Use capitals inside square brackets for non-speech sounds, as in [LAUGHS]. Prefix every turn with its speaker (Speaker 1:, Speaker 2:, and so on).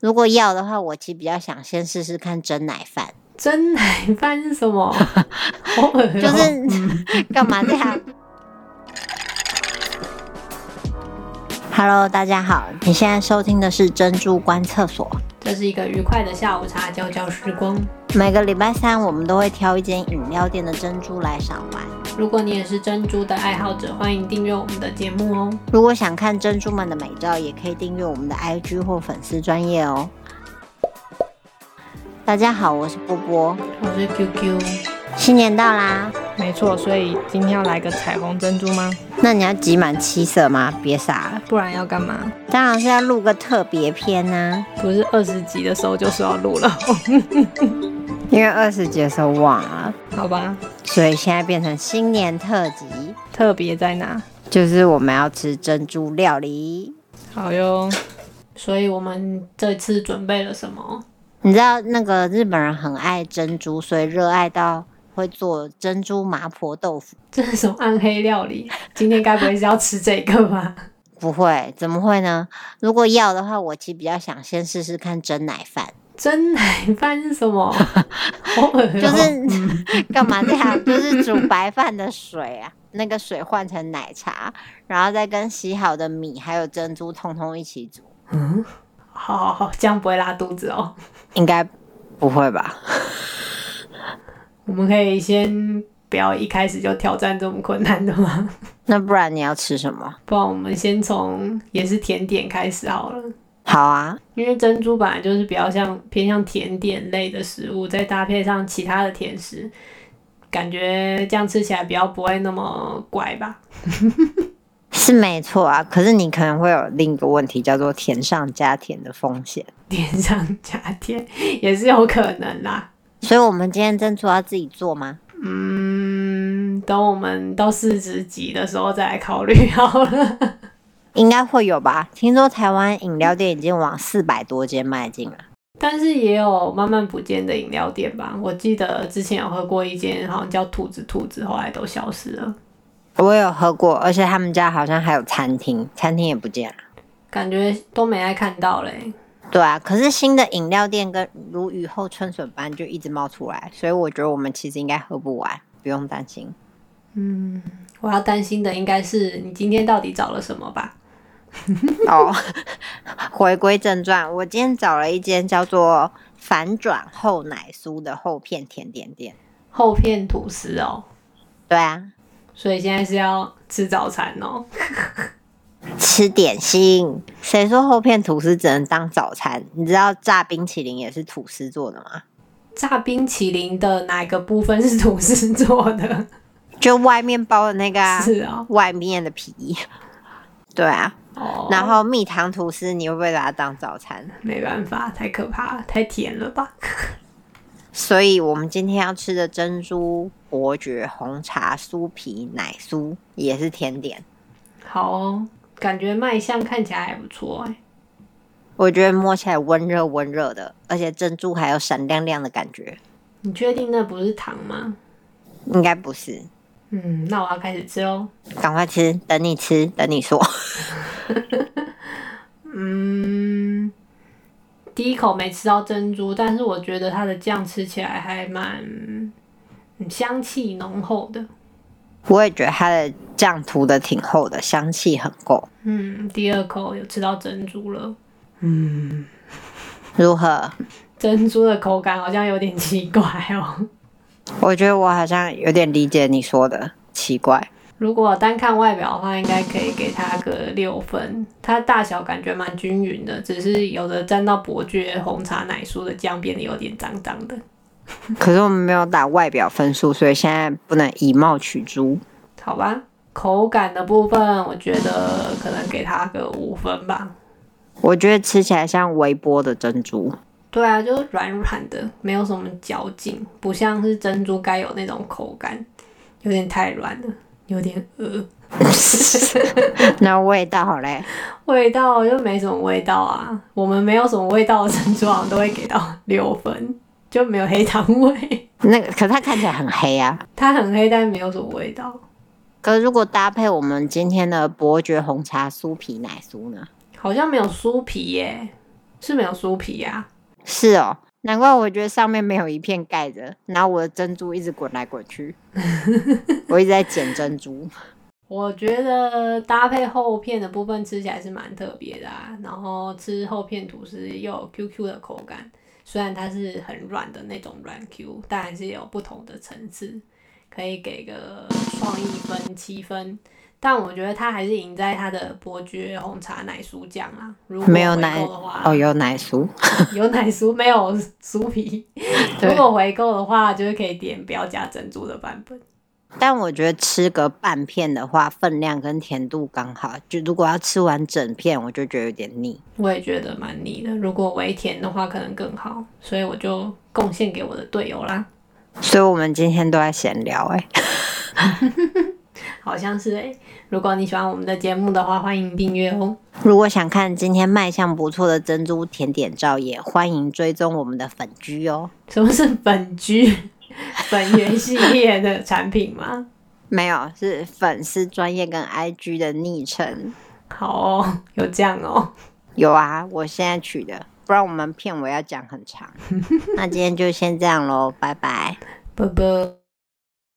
Speaker 1: 如果要的话，我其实比较想先试试看蒸奶饭，
Speaker 2: 蒸奶饭是什
Speaker 3: [LAUGHS]
Speaker 2: 么？好恶、
Speaker 1: 就
Speaker 2: 就是
Speaker 1: [LAUGHS] 干嘛这样？Hello，大家好，你现在收听的是珍珠观厕所。
Speaker 2: 这是一个愉快的下午茶，交交时光。
Speaker 1: 每个礼拜三，我们都会挑一间饮料店的珍珠来赏玩。
Speaker 2: 如果你也是珍珠的爱好者，欢迎订阅我们的节目哦。
Speaker 1: 如果想看珍珠们的美照，也可以订阅我们的 IG 或粉丝专业哦。大家好，我是波波，
Speaker 2: 我是 QQ，
Speaker 1: 新年到啦！
Speaker 3: 没错，所以今天要来个彩虹珍珠吗？
Speaker 1: 那你要集满七色吗？别傻了，
Speaker 3: 不然要干嘛？
Speaker 1: 当然是要录个特别篇啊呐、
Speaker 3: 不是二十集的时候就说要录了， [LAUGHS]
Speaker 1: 因为二十集的时候忘了，
Speaker 3: 好吧？
Speaker 1: 所以现在变成新年特辑，
Speaker 3: 特别在哪？
Speaker 1: 就是我们要吃珍珠料理。
Speaker 3: 好哟，
Speaker 2: 所以我们这次准备了什么？
Speaker 1: 你知道那个日本人很爱珍珠，所以热爱到会做珍珠麻婆豆腐。
Speaker 2: 这是什么暗黑料理？今天该不会是要吃这个吧？
Speaker 1: 不会，怎么会呢？如果要的话，我其实比较想先试试看蒸奶饭，
Speaker 2: 蒸奶饭是
Speaker 1: [LAUGHS]
Speaker 2: 什么？好恶、哦！
Speaker 1: 就是 [LAUGHS] 干嘛这样？就是煮白饭的水啊，那个水换成奶茶，然后再跟洗好的米还有珍珠通通一起煮，
Speaker 2: 嗯，好好好，这样不会拉肚子哦。
Speaker 1: 应该不会吧？
Speaker 2: 我们可以先不要一开始就挑战这么困难的吗？ [LAUGHS]
Speaker 1: 那不然你要吃什么？
Speaker 2: 不然我们先从也是甜点开始好了，
Speaker 1: 好啊，
Speaker 2: 因为珍珠本来就是比较像偏向甜点类的食物，再搭配上其他的甜食，感觉这样吃起来比较不会那么怪吧？ [LAUGHS]
Speaker 1: 是没错啊，可是你可能会有另一个问题，叫做甜上加甜的风险。
Speaker 2: 甜上加甜也是有可能啦。
Speaker 1: 所以我们今天珍珠要自己做吗？
Speaker 2: 嗯，等我们到四十集的时候再来考虑好了。 [LAUGHS]
Speaker 1: 应该会有吧。听说台湾饮料店已经往四百多间迈进了。
Speaker 2: 但是也有慢慢不见的饮料店吧。我记得之前有喝过一间，好像叫兔子兔子，后来都消失了。
Speaker 1: 我有喝过，而且他们家好像还有餐厅，餐厅也不见了。
Speaker 2: 感觉都没爱看到嘞。
Speaker 1: 对啊，可是新的饮料店跟如雨后春笋般就一直冒出来，所以我觉得我们其实应该喝不完，不用担心。
Speaker 2: 嗯，我要担心的应该是你今天到底找了什么吧？
Speaker 1: 哦， [LAUGHS] 回归正传，我今天找了一间叫做“反转厚奶酥”的厚片甜点店。
Speaker 2: 厚片吐司哦，
Speaker 1: 对啊，
Speaker 2: 所以现在是要吃早餐哦。
Speaker 1: 吃点心，谁说厚片吐司只能当早餐？你知道炸冰淇淋也是吐司做的吗？
Speaker 2: 炸冰淇淋的哪个部分是吐司做的？
Speaker 1: 就外面包的那个、啊，
Speaker 2: 是啊、
Speaker 1: 外面的皮。对啊，
Speaker 2: 哦，
Speaker 1: 然后蜜糖吐司，你会不会把它当早餐？
Speaker 2: 没办法，太可怕了，太甜了吧？
Speaker 1: 所以我们今天要吃的珍珠伯爵红茶酥皮奶酥也是甜点，
Speaker 2: 好哦，感觉卖相看起来还不错哎。
Speaker 1: 我觉得摸起来温热温热的，而且珍珠还有闪亮亮的感觉，
Speaker 2: 你确定那不是糖吗？
Speaker 1: 应该不是。
Speaker 2: 嗯，那我要开始吃喽。
Speaker 1: 赶快吃，等你吃，等你说。 [LAUGHS]
Speaker 2: 嗯，第一口没吃到珍珠，但是我觉得它的酱吃起来还蛮嗯香气浓厚的。
Speaker 1: 我也觉得它的酱涂的挺厚的，香气很够。
Speaker 2: 嗯，第二口有吃到珍珠了，
Speaker 1: 如何？
Speaker 2: 珍珠的口感好像有点奇怪哦。
Speaker 1: 我觉得我好像有点理解你说的，奇怪。
Speaker 2: 如果单看外表的话，应该可以给它个六分。它大小感觉蛮均匀的，只是有的沾到伯爵红茶奶酥的酱变得有点脏脏的。
Speaker 1: 可是我们没有打外表分数，所以现在不能以貌取猪。
Speaker 2: 好吧，口感的部分，我觉得可能给它个五分吧。
Speaker 1: 我觉得吃起来像微波的珍珠，
Speaker 2: 对啊，就是软软的，没有什么嚼劲，不像是珍珠该有那种口感，有点太软了，有点呃，
Speaker 1: 那味道嘞？
Speaker 2: 味道就没什么味道啊。我们没有什么味道的珍珠好像都会给到六分，就没有黑糖味。 [LAUGHS]
Speaker 1: 那个，可是它看起来很黑啊。
Speaker 2: 它很黑，但是没有什么味道，
Speaker 1: 可是如果搭配我们今天的伯爵红茶酥皮奶酥呢？
Speaker 2: 好像没有酥皮耶、是没有酥皮啊呀、
Speaker 1: 是哦，难怪我觉得上面没有一片盖着，然后我的珍珠一直滚来滚去，我一直在捡珍珠。
Speaker 2: 我觉得搭配厚片的部分吃起来是蛮特别的啊，然后吃厚片吐司又有 QQ 的口感，虽然它是很软的那种软 Q，但还是有不同的层次，可以给个创意分七分。但我觉得它还是赢在它的伯爵红茶奶酥酱啊，如果
Speaker 1: 没有
Speaker 2: 回
Speaker 1: 奶
Speaker 2: 购的话，
Speaker 1: 哦，有奶酥，
Speaker 2: 有奶酥没有酥皮。
Speaker 1: 对
Speaker 2: 如果回购的话，就是可以点不要加珍珠的版本。
Speaker 1: 但我觉得吃个半片的话，分量跟甜度刚好。就如果要吃完整片，我就觉得有点腻。
Speaker 2: 我也觉得蛮腻的，如果微甜的话可能更好，所以我就贡献给我的队友啦。
Speaker 1: 所以我们今天都在闲聊、欸，哎，
Speaker 2: 好像是诶、如果你喜欢我们的节目的话，欢迎订阅哦。
Speaker 1: 如果想看今天卖相不错的珍珠甜点照，也欢迎追踪我们的粉居哦。
Speaker 2: 什么是本居 [LAUGHS] 本源系列的产品吗？
Speaker 1: 没有，是粉丝专业跟 IG 的昵称。
Speaker 2: 好哦，有这样哦。
Speaker 1: 有啊，我现在取的，不然我们片尾要讲很长。那今天就先这样喽，拜拜。
Speaker 2: 啵啵。